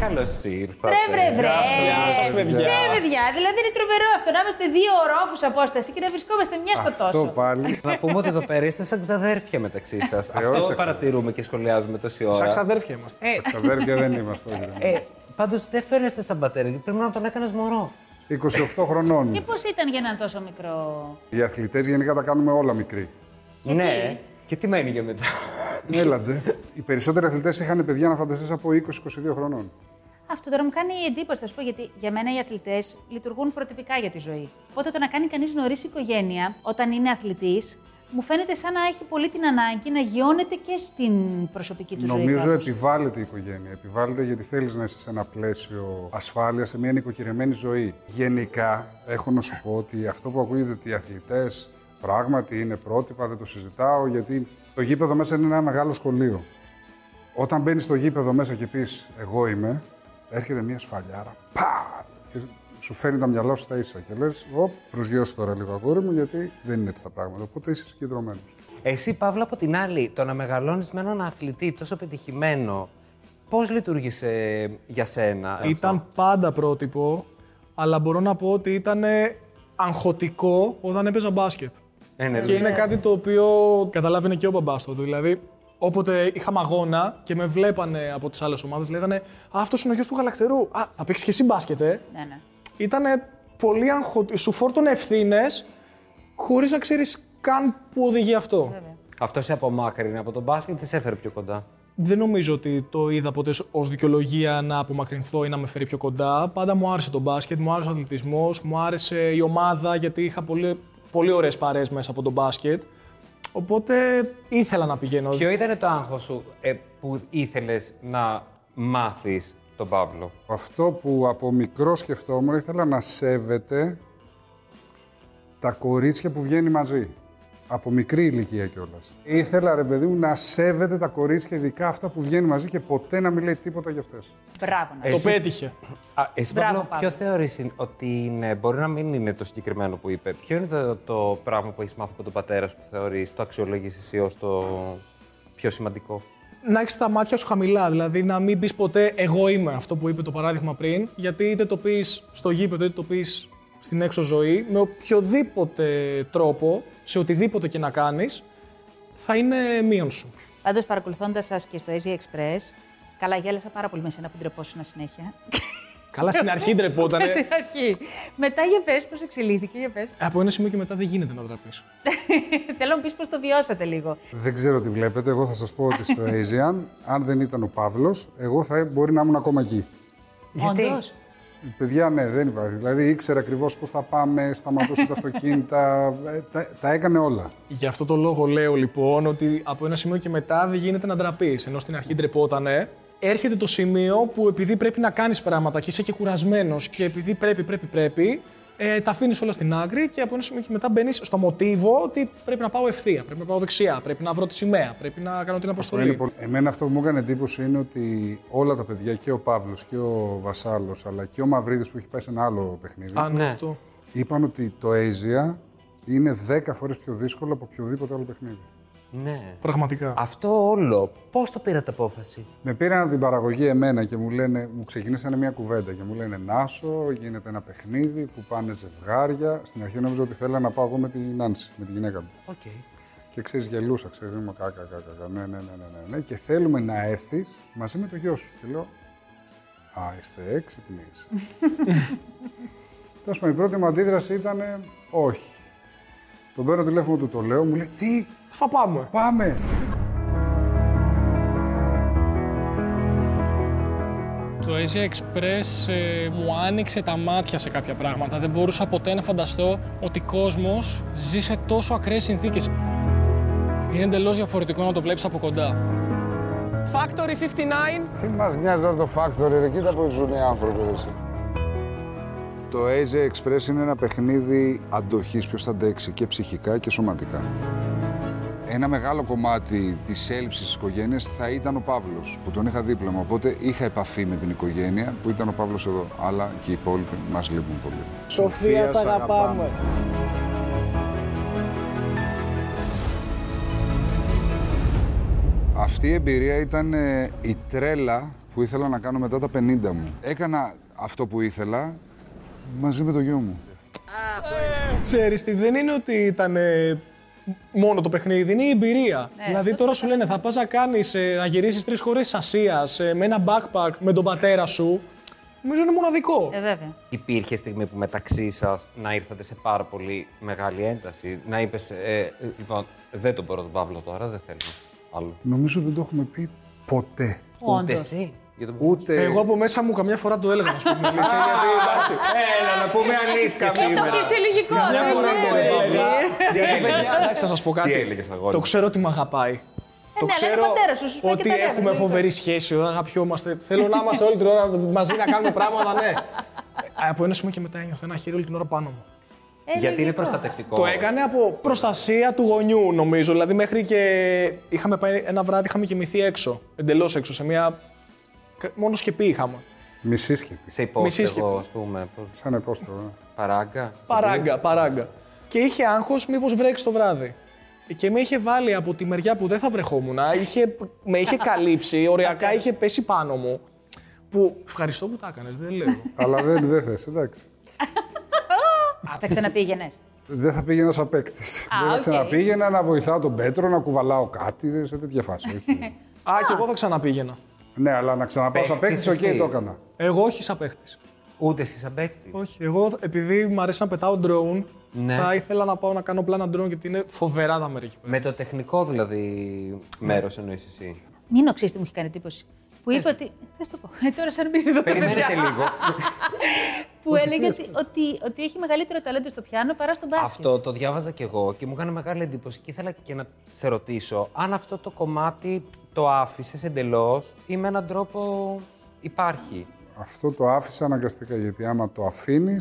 καλώς ήρθατε. Βρε, βρε, βρε. Γεια σας, παιδιά. Ναι, παιδιά. Δηλαδή είναι τρομερό αυτό να είμαστε δύο ορόφους απόσταση και να βρισκόμαστε μια στο τόσο. Αυτό πάλι. Να πούμε ότι εδώ πέρα είστε σαν ξαδέρφια μεταξύ σας. όχι σαν Αυτό ξα- παρατηρούμε και σχολιάζουμε τόση ώρα. Σαν ξαδέρφια είμαστε. Ε, Τα αδέρφια δεν είμαστε. όχι, δεν είμαστε. ε, Πάντως δεν φέρεστε σαν πατέρα, γιατί πρέπει να τον έκανες μωρό. 28 χρονών. Και είμαι. πώς ήταν για έναν τόσο μικρό. Οι αθλητές γενικά τα κάνουμε όλα μικροί. Ναι. Και τι μένει για μετά. Έλαντε. Οι περισσότεροι αθλητές είχαν παιδιά να φανταστείς από 20-22 χρονών. Αυτό τώρα μου κάνει εντύπωση, θα σου πω, γιατί για μένα οι αθλητές λειτουργούν προτυπικά για τη ζωή. Οπότε το να κάνει κανείς νωρίς οικογένεια όταν είναι αθλητής, μου φαίνεται σαν να έχει πολύ την ανάγκη να γιώνεται και στην προσωπική του ζωή. Νομίζω κάπως. επιβάλλεται η οικογένεια. Επιβάλλεται γιατί θέλεις να είσαι σε ένα πλαίσιο ασφάλεια, σε μια νοικοκυρεμένη ζωή. Γενικά, έχω να σου πω ότι αυτό που ακούγεται ότι οι αθλητές πράγματι είναι πρότυπα, δεν το συζητάω, γιατί το γήπεδο μέσα είναι ένα μεγάλο σχολείο. Όταν μπαίνεις στο γήπεδο μέσα και πεις Εγώ είμαι, έρχεται μια σφαλιάρα. Πα! Και σου φέρνει τα μυαλά σου στα ίσα και λες: Ω, προσγειώσου τώρα λίγο αγόρι μου, γιατί δεν είναι έτσι τα πράγματα. Οπότε είσαι συγκεντρωμένος. Εσύ, Παύλα, από την άλλη, το να μεγαλώνεις με έναν αθλητή τόσο πετυχημένο, πώς λειτουργήσε για σένα. Ήταν πάντα πρότυπο, αλλά μπορώ να πω ότι ήταν αγχωτικό όταν έπαιζα μπάσκετ. Ε, ναι, Και είναι κάτι το οποίο καταλάβαινε και ο μπαμπάς τότε. Δηλαδή, όποτε είχαμε αγώνα και με βλέπανε από τις άλλες ομάδες, λέγανε Αυτός είναι ο γιος του γαλακτερού. Α, θα παίξεις και εσύ μπάσκετ, ε. Ναι, ναι. Ήταν πολύ αγχωτικό. Σου φόρτωνε ευθύνες χωρίς να ξέρεις καν που οδηγεί αυτό. Αυτό σε απομάκρυνε από τον μπάσκετ, τι σε έφερε πιο κοντά. Δεν νομίζω ότι το είδα ποτέ ως δικαιολογία να απομακρυνθώ ή να με φέρει πιο κοντά. Πάντα μου άρεσε το μπάσκετ, μου άρεσε ο αθλητισμός, μου άρεσε η ομάδα γιατί είχα πολύ, πολύ ωραίες παρέες μέσα από το μπάσκετ. Οπότε ήθελα να πηγαίνω. Ποιο ήταν το άγχος σου ε, που ήθελες να μάθεις τον Παύλο. Αυτό που από μικρό σκεφτόμουν ήθελα να σέβεται τα κορίτσια που βγαίνει μαζί. Από μικρή ηλικία κιόλας. Ήθελα ρε παιδί μου να σέβεται τα κορίτσια, ειδικά αυτά που βγαίνει μαζί και ποτέ να μην λέει τίποτα για αυτές. Μπράβο ναι. να Το πέτυχε. Α, εσύ, Μπράβο, Παύλο, ποιο Παύλο. θεωρείς ότι είναι, μπορεί να μην είναι το συγκεκριμένο που είπε, ποιο είναι το, το πράγμα που έχεις μάθει από τον πατέρα σου που θεωρείς, το αξιολογείς εσύ ως το πιο σημαντικό. να έχεις τα μάτια σου χαμηλά. Δηλαδή να μην πεις ποτέ εγώ είμαι αυτό που είπε το παράδειγμα πριν. Γιατί είτε το πεις στο γήπεδο είτε το πεις στην έξω ζωή, με οποιοδήποτε τρόπο, σε οτιδήποτε και να κάνεις, θα είναι μείον σου. Πάντως, παρακολουθώντας σας και στο Easy Express, καλά γέλασα πάρα πολύ με σένα που ντρεπόσουνα συνέχεια. Καλά, στην αρχή ντρεπόταν. Στην αρχή. Μετά για πες πώς εξελίχθηκε, για πες. Από ένα σημείο και μετά δεν γίνεται να ντραπείς. Θέλω να πεις πώς το βιώσατε λίγο. Δεν ξέρω τι βλέπετε. Εγώ θα σας πω ότι στο Asian, αν δεν ήταν ο Παύλος, εγώ θα μπορεί να ήμουν ακόμα εκεί. Όντως. Παιδιά, ναι, δεν υπάρχει. Δηλαδή ήξερα ακριβώς πού θα πάμε, σταματούσε τα αυτοκίνητα. ε, τα, τα έκανε όλα. Γι' αυτό το λόγο λέω λοιπόν ότι από ένα σημείο και μετά δεν γίνεται να ντραπείς. Ενώ στην αρχή ντρεπότανε. Έρχεται το σημείο που επειδή πρέπει να κάνεις πράγματα και είσαι και κουρασμένος και επειδή πρέπει, πρέπει, πρέπει, ε, τα αφήνεις όλα στην άκρη και από ένα σημείο και μετά μπαίνεις στο μοτίβο ότι πρέπει να πάω ευθεία, πρέπει να πάω δεξιά, πρέπει να βρω τη σημαία, πρέπει να κάνω την αποστολή. Είναι πολύ- Εμένα αυτό που μου έκανε εντύπωση είναι ότι όλα τα παιδιά, και ο Παύλος και ο Βασάλος, αλλά και ο Μαυρίδης που έχει πάει σε ένα άλλο παιχνίδι, Αν Ναι. αυτό. είπαν ότι το Asia είναι 10 φορές πιο δύσκολο από οποιοδήποτε άλλο παιχνίδι. Ναι. Πραγματικά. Αυτό όλο, πώς το πήρατε απόφαση. Με πήραν από την παραγωγή εμένα και μου, λένε, μου ξεκινήσανε μια κουβέντα και μου λένε Νάσο, γίνεται ένα παιχνίδι που πάνε ζευγάρια. Στην αρχή νόμιζα ότι θέλα να πάω εγώ με την Νάνση, με τη γυναίκα μου. Οκ. Και ξέρεις, γελούσα, ξέρεις, μου κάκα, κάκα, κάκα. Ναι, ναι, ναι, ναι, ναι, ναι. Και θέλουμε να έρθεις μαζί με το γιο σου. Και λέω, Α, είστε έξυπνοι. Τέλος πάντων, η πρώτη μου αντίδραση ήταν ε, όχι. Τον παίρνω τηλέφωνο του, το λέω, μου λέει Τι, Θα πάμε. πάμε! Το Asia Express ε, μου άνοιξε τα μάτια σε κάποια πράγματα. Δεν μπορούσα ποτέ να φανταστώ ότι κόσμος ζει σε τόσο ακραίες συνθήκες. Είναι εντελώς διαφορετικό να το βλέπεις από κοντά. Factory 59. Τι μας νοιάζει τώρα το factory, ρε, κοίτα που ζουν οι άνθρωποι. Ρε, εσύ. Το Asia Express είναι ένα παιχνίδι αντοχής, ποιος θα αντέξει και ψυχικά και σωματικά. Ένα μεγάλο κομμάτι της έλλειψης της οικογένειας θα ήταν ο Παύλος, που τον είχα δίπλα μου. Οπότε είχα επαφή με την οικογένεια που ήταν ο Παύλος εδώ. Αλλά και οι υπόλοιποι μας λείπουν πολύ. Σοφία, σ' αγαπάμε. Αυτή η εμπειρία ήταν ε, η τρέλα που ήθελα να κάνω μετά τα 50 μου. Έκανα αυτό που ήθελα μαζί με το γιο μου. Ξέρεις τι, δεν είναι ότι ήταν ε, μόνο το παιχνίδι, είναι η εμπειρία. δηλαδή τώρα σου λένε θα πας να κάνεις, ε, να γυρίσεις τρεις χώρες Ασίας ε, με ένα backpack με τον πατέρα σου. Νομίζω είναι μοναδικό. Ε, βέβαια. Υπήρχε στιγμή που μεταξύ σας να ήρθατε σε πάρα πολύ μεγάλη ένταση. Να είπες, ε, ε, λοιπόν, δεν τον μπορώ τον Παύλο τώρα, δεν θέλω άλλο. Νομίζω δεν το έχουμε πει ποτέ. Ούτε Όντως. εσύ. Για τον... Ούτε. Εγώ από μέσα μου καμιά φορά το έλεγα, να σου πω την αλήθεια, γιατί εντάξει. Έλα, να πούμε αλήθεια Το σήμερα. φυσιολογικό. Καμιά δεν φορά το είναι. έλεγα. Γιατί παιδιά, εντάξει, θα σας πω κάτι. Τι έλεγες, αγόρι Το μου? ξέρω ότι με αγαπάει. Το ναι, αλλά είναι ο πατέρας σου, σου τα ότι κοιτάει, έχουμε δηλαδή. φοβερή σχέση, όταν αγαπιόμαστε. Θέλω να είμαστε όλη την ώρα μαζί να κάνουμε πράγματα, ναι. Ε, Από ένα σημείο και μετά ένιωθε ένα χέρι όλη την ώρα πάνω μου. Ε, Γιατί είναι λογικό. προστατευτικό. Το έκανε από προστασία του γονιού, νομίζω. Δηλαδή, μέχρι και. Είχαμε πάει ένα βράδυ, είχαμε κοιμηθεί έξω. Εντελώς έξω, σε μια. Μόνο σκεπή είχαμε. Μισήσκεπη. Σε υπόσχεση, Μισήσκεπη. εγώ, ας πούμε. Πώς... Σαν ε. επόστολο. Παράγκα. Παράγκα, παράγκα. Και είχε άγχος μήπως βρέξει το βράδυ. Και με είχε βάλει από τη μεριά που δεν θα βρεχόμουν, είχε, με είχε καλύψει, ωριακά είχε πέσει πάνω μου. Που ευχαριστώ που τα έκανες, δεν λέω. Αλλά δεν, δεν θες, εντάξει. Α, θα ξαναπήγαινες. Δεν θα πήγαινα σαν παίκτης. Δεν θα οκ. ξαναπήγαινα να βοηθάω τον Πέτρο, να κουβαλάω κάτι, δεν- σε τέτοια φάση. όχι. Α, και εγώ θα ξαναπήγαινα. ναι, αλλά να ξαναπάω σαν Παίκτης παίκτης, οκ, εσύ. το έκανα. Εγώ όχι σαν παίχτη. Ούτε εσύ σαν παίκτης. Όχι, εγώ επειδή μου αρέσει να πετάω drone, Ναι. θα ήθελα να πάω να κάνω πλάνα drone γιατί είναι φοβερά τα μέρη. εκεί πέρα. Με το τεχνικό δηλαδή μέρος εννοείς εσύ. Μην ξέρει τι μου έχει κάνει εντύπωση. Που είπε ότι. Θες το πω. Ε, τώρα σαν πήρε εδώ τα Περιμένετε παιδιά. λίγο. Που έλεγε ότι, ότι, ότι έχει μεγαλύτερο ταλέντο στο πιάνο παρά στον μπάσκετ. Αυτό το διάβαζα κι εγώ και μου έκανε μεγάλη εντύπωση και ήθελα και να σε ρωτήσω αν αυτό το κομμάτι το άφησες εντελώς ή με έναν τρόπο υπάρχει. Αυτό το άφησα αναγκαστικά γιατί άμα το αφήνεις,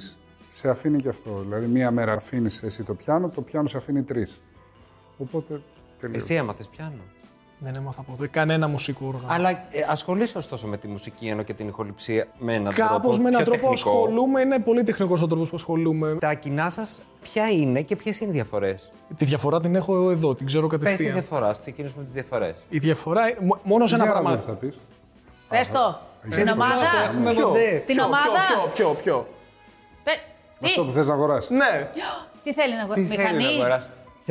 σε αφήνει και αυτό. Δηλαδή, μία μέρα αφήνεις εσύ το πιάνο, το πιάνο σε αφήνει τρεις. Οπότε τελείω. Εσύ έμαθες πιάνο. Δεν έμαθα ποτέ Ε, κανένα μουσικό όργανο. Αλλά ε, ασχολείσαι ωστόσο με τη μουσική ενώ και την ηχοληψία με έναν τρόπο. Κάπως με έναν πιο τρόπο τεχνικό. ασχολούμαι, είναι πολύ τεχνικός ο τρόπος που ασχολούμαι. Τα κοινά σας ποια είναι και ποιες είναι οι διαφορές. Τη διαφορά την έχω εδώ, την ξέρω Πες τη κατευθείαν. διαφορά, ας ξεκινήσουμε τις διαφορές. Η διαφορά. μο- Μόνο σε ένα Για να πράγμα. δω τι θα πεις. Πες το. Στην το ομάδα. έχουμε Ποιο? Στην Ποιο, ομάδα. Ποιο, ποιο, ποιο, ποιο. Πε- Τι, Αυτό που θες να αγοράσεις. Ναι. τι θέλει να αγοράσει. Μηχανή.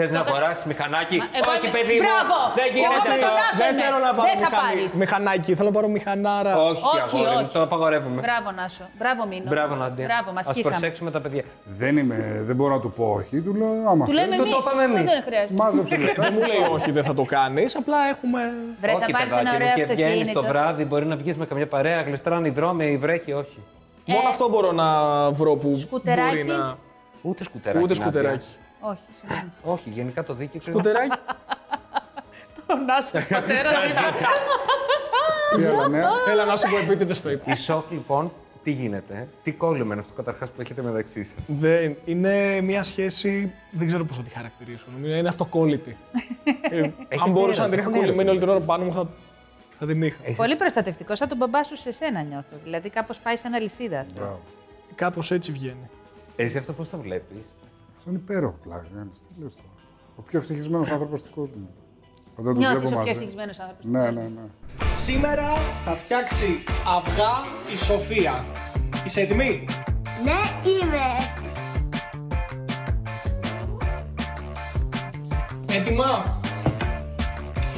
Θες να αγοράσεις μηχανάκι. εγώ Όχι, είμαι- παιδί μου. Μπράβο. Δεν Εγώ γίνεται με τον αυτό. Άσο Ε, Δεν είμαι. θέλω να πάρω Δεν θα μηχανή. πάρεις. μηχανάκι. Θέλω να πάρω μηχανάρα. Όχι, Όχι, αγόρι μου, όχι. το απαγορεύουμε. Μπράβο, Νάσο. Μπράβο, Μίνο. Μπράβο, Νάντια. Μπράβο, μας Ας προσέξουμε τα παιδιά. Δεν, είμαι, δεν μπορώ να του πω όχι. Του λέω άμα Του λέμε Του το εμείς. είπαμε Δεν εμείς. τον χρειάζεται. Μάζεψε λεφτά. Δεν μου λέει όχι, δεν θα το κάνεις. Απλά έχουμε. Βρε, θα όχι, πάρεις παιδάκι ένα μου, ωραίο και βγαίνεις το αυτοκίνητο. βράδυ, μπορεί να βγεις με καμιά παρέα, γλιστράνε οι δρόμοι, βρέχει, όχι. Μόνο αυτό μπορώ να βρω που μπορεί Ε. Σκουτεράκι. να. Ούτε σκουτεράκι. Ούτε να σκουτεράκι. πιάσεις. Όχι, συγγνώμη. Όχι, γενικά το δίκαιο ξέρει. Σκουτεράκι. Τι άλλα νέα. Έλα να σου πω επίτηδες το είπα. Η σοφ λοιπόν, τι γίνεται, ε? τι κόλλημα είναι αυτό καταρχάς που έχετε μεταξύ σας. Δεν. Είναι μια σχέση. Δεν ξέρω πώς θα τη χαρακτηρίσω. Νομίζω είναι αυτοκόλλητη. Ε, Έχετε Αν μπορούσα να έρωτα, την είχα έχετε κολλημένη όλη την έρωτα, ώρα πάνω μου, θα, θα την είχα. Πολύ προστατευτικό, σαν τον μπαμπά σου σε σένα νιώθω. Δηλαδή κάπως πάει σαν αλυσίδα. Κάπως έτσι βγαίνει. Εσύ αυτό πώς το βλέπεις. Αυτό είναι υπέροχο ναι, πλάκα. Γιάννης. Τι λες τώρα. Ο πιο ευτυχισμένος άνθρωπος του κόσμου. Όταν του Νιώθεις βλέπω Ε. Ναι, ο πιο μαζί. ευτυχισμένος άνθρωπος. Ναι, ναι, ναι. Σήμερα θα φτιάξει αυγά η Σοφία. Είσαι έτοιμη? Ναι, είμαι. Έτοιμα?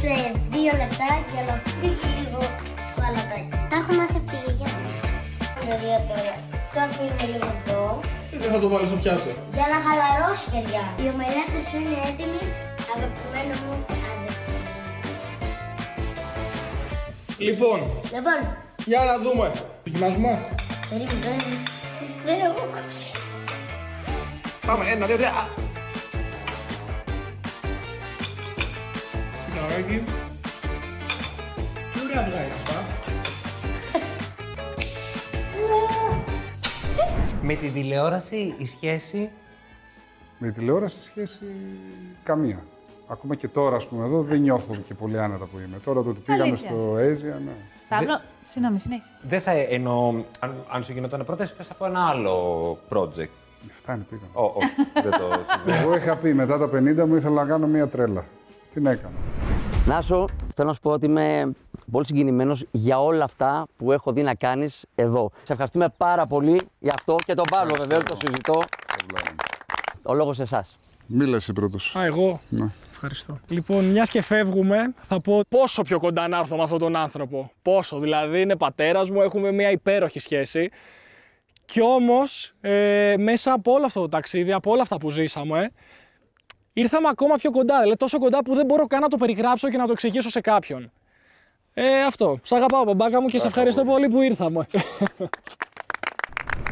Σε δύο λεπτά για να φύγει λίγο το αλατάκι. Τα έχω μάθει από τη γιαγιά μου. Παιδιά τώρα, το αφήνουμε λίγο εδώ. Δεν θα το βάλω στο πιάτο. Για να χαλαρώσει, παιδιά. Η ομελέτα σου είναι έτοιμη. Αγαπημένο μου αδερφό. Λοιπόν, Λοιπόν, για να δούμε. Δοκιμάζουμε. περίμενε, περίμενε. Δεν έχω κόψει. Πάμε, ένα, δύο, τρία. α. Φιλαράκι. Τι ωραία αυγά είναι αυτά. Με τη τηλεόραση η σχέση. Με τηλεόραση σχέση καμία. Ακόμα και τώρα, ας πούμε, εδώ δεν νιώθω και πολύ άνετα που είμαι. Τώρα το ότι πήγαμε Αλήθεια. στο Asia, ναι. Παύλο, συγγνώμη, συνέχισε. Δεν θα εννοώ. Αν, αν σου γινόταν πρόταση, πες από ένα άλλο project. Με Φτάνει, πήγαμε. Ω, όχι, δεν το συζητώ. Εγώ είχα πει μετά τα 50 μου ήθελα να κάνω μία τρέλα. Την έκανα. Νάσο, θέλω να σου πω ότι είμαι πολύ συγκινημένος για όλα αυτά που έχω δει να κάνεις εδώ. Σε ευχαριστούμε πάρα πολύ για αυτό και τον Παύλο, βεβαίως, το συζητώ. Ο λόγος σε εσάς. Μίλα εσύ πρώτος. Α, εγώ. Ναι. Ευχαριστώ. Λοιπόν, μιας και φεύγουμε, θα πω πόσο πιο κοντά να έρθω με αυτόν τον άνθρωπο. Πόσο. Δηλαδή, είναι πατέρας μου, έχουμε μια υπέροχη σχέση. Κι όμως, ε, μέσα από όλο αυτό το ταξίδι, από όλα αυτά που ζήσαμε, ήρθαμε ακόμα πιο κοντά. Δηλαδή, τόσο κοντά που δεν μπορώ καν να το περιγράψω και να το εξηγήσω σε κάποιον. Ε, αυτό. Σ' αγαπάω, μπαμπάκα μου, και σε ευχαριστώ πολύ που ήρθαμε.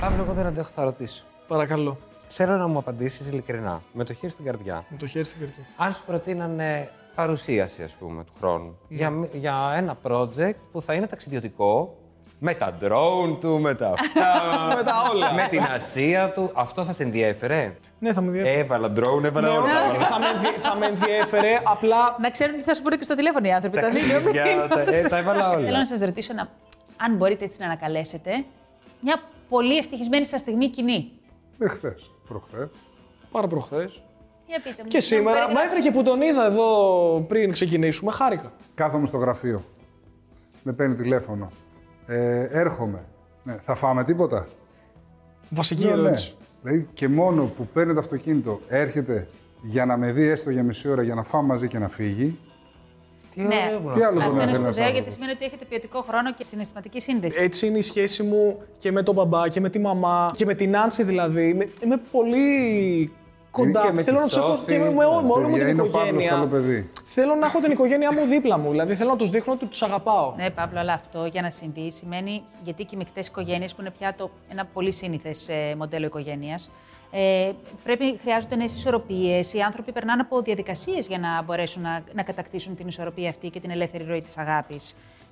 Παύλο, εγώ δεν αντέχω, θα ρωτήσω. Παρακαλώ. Θέλω να μου απαντήσεις ειλικρινά, με το χέρι στην καρδιά. Με το χέρι στην καρδιά. Αν σου προτείνανε παρουσίαση, ας πούμε, του χρόνου για, μ- για ένα project που θα είναι ταξιδιωτικό, με τα drone του, με τα αυτά, Με τα όλα. με την Ασία του, αυτό θα σε ενδιέφερε. Ναι, θα με ενδιαφέρει. Έβαλα drone, έβαλα Ναι, όλα. Ναι. θα, με, ενδυ- θα με ενδιέφερε, απλά Να ξέρουν τι θα σου πούνε και στο τηλέφωνο οι άνθρωποι. Τα δίνω. Ταξίδια, τα, ε, τα έβαλα Θέλω να όλα. σας ρωτήσω να, αν μπορείτε έτσι να ανακαλέσετε μια πολύ ευτυχισμένη σας στιγμή κοινή. Ε, χθες, προχθές. πάρα προχθές. Για πείτε μου. Και σήμερα, μα Μα... έφερε και που τον είδα εδώ πριν ξεκινήσουμε, χάρηκα. Κάθομαι στο γραφείο. Με παίρνει τηλέφωνο. Ε, έρχομαι. Ναι, θα φάμε τίποτα. Βασική Λέω, ναι. ερώτηση. Δηλαδή και μόνο που παίρνει το αυτοκίνητο, έρχεται για να με δει έστω για μισή ώρα για να φάμε μαζί και να φύγει. Τι Ναι. ωραίο που Τι άλλο μπορεί Αυτό να είναι θέλει ένας σπουδαίο γιατί άνθρωπος. σημαίνει ότι έχετε ποιοτικό χρόνο και συναισθηματική σύνδεση. Έτσι είναι η σχέση μου και με τον μπαμπά και με τη μαμά και με την Άνση δηλαδή. Είμαι, είμαι πολύ κοντά. και με Θέλω τη να ψεχω Σόφη. και με, με ό- με όλη μου Παιδιά, την είναι ο Παύλος καλό οικογένεια. παιδί. Θέλω να έχω την οικογένειά μου δίπλα μου. Δηλαδή θέλω να τους δείχνω ότι τους αγαπάω. Ναι, Παύλο, αλλά αυτό για να συμβεί σημαίνει γιατί και οι μεικτές οικογένειες, που είναι πια το, ένα πολύ σύνηθες μοντέλο οικογένειας, ε, πρέπει, χρειάζονται νέες ισορροπίες. Οι άνθρωποι περνάνε από διαδικασίες για να μπορέσουν να, να κατακτήσουν την ισορροπία αυτή και την ελεύθερη ροή της αγάπης.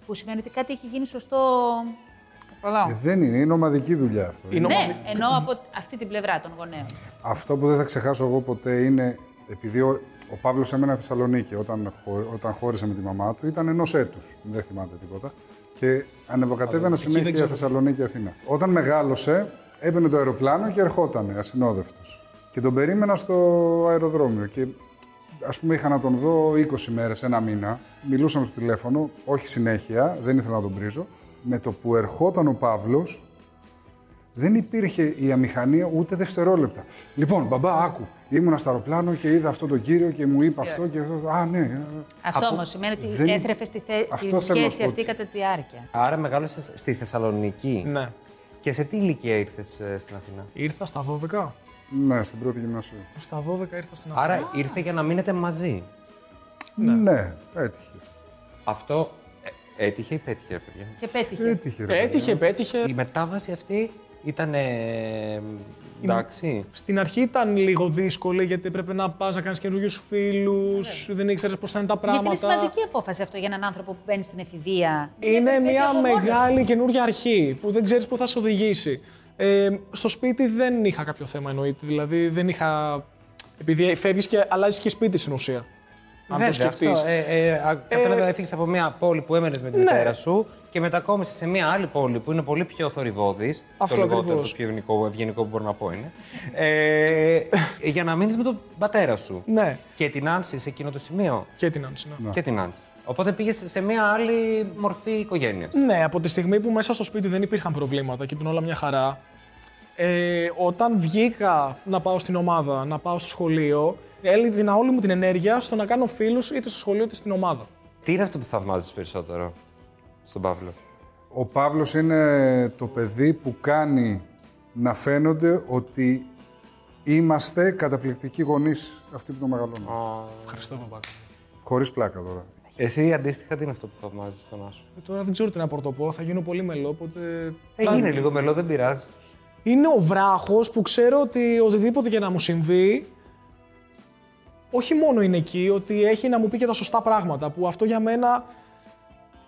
Που σημαίνει ότι κάτι έχει γίνει σωστό. Ε, Προλάβω. δεν είναι, είναι ομαδική δουλειά αυτό. Είναι ομαδική. Ναι, ενώ από αυτή την πλευρά των γονέων. Αυτό που δεν θα ξεχάσω εγώ ποτέ είναι, επειδή ο, ο Παύλος έμενα Θεσσαλονίκη όταν, χω- όταν χώρισε με τη μαμά του, ήταν ενός έτους. Δεν θυμάται τίποτα. Και ανεβοκατέβαινα συνέχεια Θεσσαλονίκη Αθήνα. Όταν μεγάλωσε, έμπαινε το αεροπλάνο και ερχόταν ασυνόδευτος. Και τον περίμενα στο αεροδρόμιο. Και ας πούμε, είχα να τον δω 20 μέρες, ένα μήνα. Μιλούσαμε στο τηλέφωνο, όχι συνέχεια, δεν ήθελα να τον πρίζω. Με το που ερχόταν ο Παύλος, δεν υπήρχε η αμηχανία ούτε δευτερόλεπτα. Λοιπόν, μπαμπά, άκου. Ήμουνα στο αεροπλάνο και είδα αυτό τον κύριο και μου είπε αυτό και αυτό. Α, ναι. ε, Αυτό όμως σημαίνει ότι δεν- έθρεφε στη θε... Αυτό τη θέλω να σχέση σου αυτή πω ότι- κατά τη διάρκεια. Άρα μεγάλωσε στη Θεσσαλονίκη. Ναι. Και σε τι ηλικία ήρθες στην Αθήνα. Ήρθα στα 12. Ναι, στην πρώτη γυμνασία. Στα 12 ήρθα στην Αθήνα. Άρα ήρθε για να μείνετε μαζί. Ναι, έτυχε. Αυτό ε, έτυχε ή πέτυχε, παιδιά. Και πέτυχε. Έτυχε, ρε. Έτυχε, πέτυχε. Η μετάβαση αυτή ήταν. ε, εντάξει. Στην αρχή ήταν λίγο δύσκολη γιατί έπρεπε να πας να κάνεις καινούριους φίλους, δεν ήξερες πώς θα είναι τα πράγματα. Ναι. Γιατί είναι σημαντική απόφαση αυτό για έναν άνθρωπο που μπαίνει στην εφηβεία. Είναι Γιατί μια από μόνος μεγάλη καινούργια αρχή που δεν ξέρεις πού θα σε οδηγήσει. Ε, στο σπίτι δεν είχα κάποιο θέμα εννοείται. Δηλαδή δεν είχα. Επειδή φεύγεις και αλλάζεις και σπίτι στην ουσία. Αν το σκεφτεί. αυτό, ε, ε, α, κατάλαβα, έφυγες από μια πόλη που έμενες με τη Ναι. μητέρα σου και μετακόμισε σε μια άλλη πόλη που είναι πολύ πιο θορυβόδη. Αυτό το λιγότερο, ακριβώς. το πιο ευγενικό, ευγενικό που μπορώ να πω είναι. ε, για να μείνεις με τον πατέρα σου. Ναι, Και την Άνση σε εκείνο το σημείο. και την άνοιξη. Ναι. Και την Άνση. Οπότε πήγες σε μια άλλη μορφή οικογένειας. Ναι, από τη στιγμή που μέσα στο σπίτι δεν υπήρχαν προβλήματα και ήταν όλα μια χαρά, ε, όταν βγήκα να πάω στην ομάδα, να πάω στο σχολείο, έλλεινα όλη μου την ενέργεια στο να κάνω φίλους είτε στο σχολείο είτε στην ομάδα. Τι είναι αυτό που θαυμάζεις περισσότερο στον Παύλο. Ο Παύλος είναι το παιδί που κάνει να φαίνονται ότι είμαστε καταπληκτικοί γονείς αυτοί που το μεγαλώνουν. Ευχαριστώ, παπάκα. Χωρίς πλάκα τώρα. Εσύ αντίστοιχα τι είναι αυτό που θαυμάζεις στον Άσο. Ε, Τώρα δεν ξέρω τι να πρωτοπώ, θα γίνω πολύ μελό, οπότε. Ε, είναι λίγο μελό, δεν πειράζει. Είναι ο βράχος που ξέρω ότι οτιδήποτε και να μου συμβεί, όχι μόνο είναι εκεί, ότι έχει να μου πει και τα σωστά πράγματα, που αυτό για μένα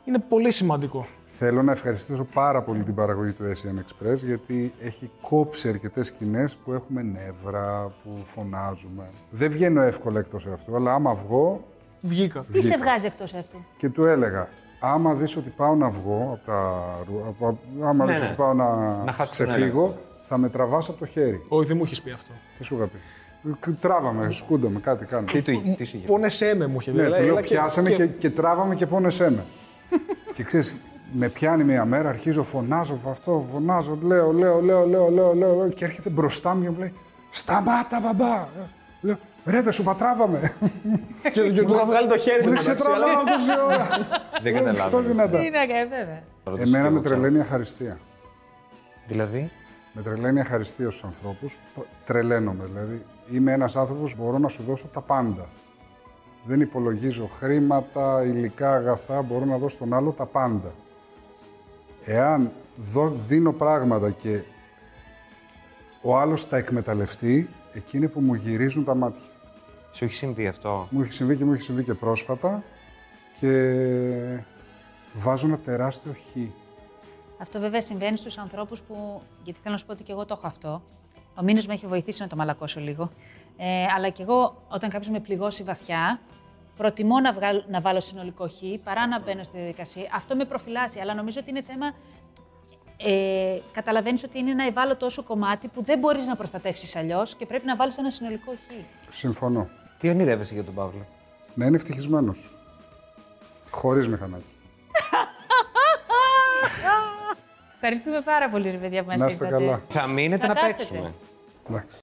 είναι πολύ σημαντικό. Θέλω να ευχαριστήσω πάρα πολύ την παραγωγή του Asian Express γιατί έχει κόψει αρκετές σκηνές που έχουμε νεύρα, που φωνάζουμε. Δεν βγαίνω εύκολα εκτός αυτού, αλλά άμα βγω Βγήκα. Τι σε βγάζει εκτός αυτού. και του έλεγα. Άμα δεις ότι πάω να βγω, από τα... ρου- από- άμα Ναι, δεις ναι. ότι πάω να, Να χάσω τον ξεφύγω, θα με τραβάς από το χέρι. Όχι, δεν μου έχεις πει αυτό. Τι σου είχα πει. Τράβαμε, σκούνταμε, κάτι κάναμε. Τι, ε, του, τι σου είχε. Πόνεσέ με μου είχε Ναι, λέει, του λέω έλα πιάσαμε και, και τράβαμε και πόνεσέ με. και ξέρεις, με πιάνει μια μέρα, αρχίζω, φωνάζω αυτό, φωνάζω, λέω, λέω, λέω, λέω, λέω, λέω, λέω και έρχεται μπροστά μου και μου λέει «Σταμάτα, μπαμπά!» Λέω «Ρε, δεν σου πατράβαμε!» και, και του είχα βγάλει το χέρι Μου του λέει «Ξετραβάω τόση ώρα!» Δεν Λέω, «Πιο καταλάβαινε. δυνατά». Είναι αγκαί, βέβαια. Ρωτήσε Εμένα και με εγώ, τρελαίνει η αχαριστία. Δηλαδή. Με τρελαίνει η αχαριστία στους ανθρώπους. Π- Τρελαίνομαι, δηλαδή. Είμαι ένας άνθρωπος που μπορώ να σου δώσω τα πάντα. Δεν υπολογίζω χρήματα, υλικά, αγαθά, μπορώ να δώσω στον άλλο τα πάντα. Εάν δω- δίνω πράγματα και ο άλλος τα εκμεταλλευτεί, εκείνη που μου γυρίζουν τα μάτια. Σου έχει συμβεί αυτό. Μου έχει συμβεί και μου έχει συμβεί και πρόσφατα και βάζω ένα τεράστιο χ. Αυτό βέβαια συμβαίνει στους ανθρώπους που. Γιατί θέλω να σου πω ότι και εγώ το έχω αυτό. Ο Μήνο με έχει βοηθήσει να το μαλακώσω λίγο. Ε, αλλά και εγώ, όταν κάποιος με πληγώσει βαθιά, προτιμώ να, βγάλω, να βάλω συνολικό χ παρά να μπαίνω στη διαδικασία. Αυτό με προφυλάσσει, αλλά νομίζω ότι είναι θέμα. Ε, Καταλαβαίνεις ότι είναι ένα ευάλωτο σου κομμάτι που δεν μπορείς να προστατεύσεις αλλιώς και πρέπει να βάλεις ένα συνολικό χ. Συμφωνώ. Τι ονειρεύεσαι για τον Παύλο. Να είναι ευτυχισμένος. Χωρίς μηχανάκι. Ευχαριστούμε πάρα πολύ, ρε παιδιά, που μας Να είστε καλά. Θα μείνετε να Θα κάτσετε. παίξουμε. Εντάξει.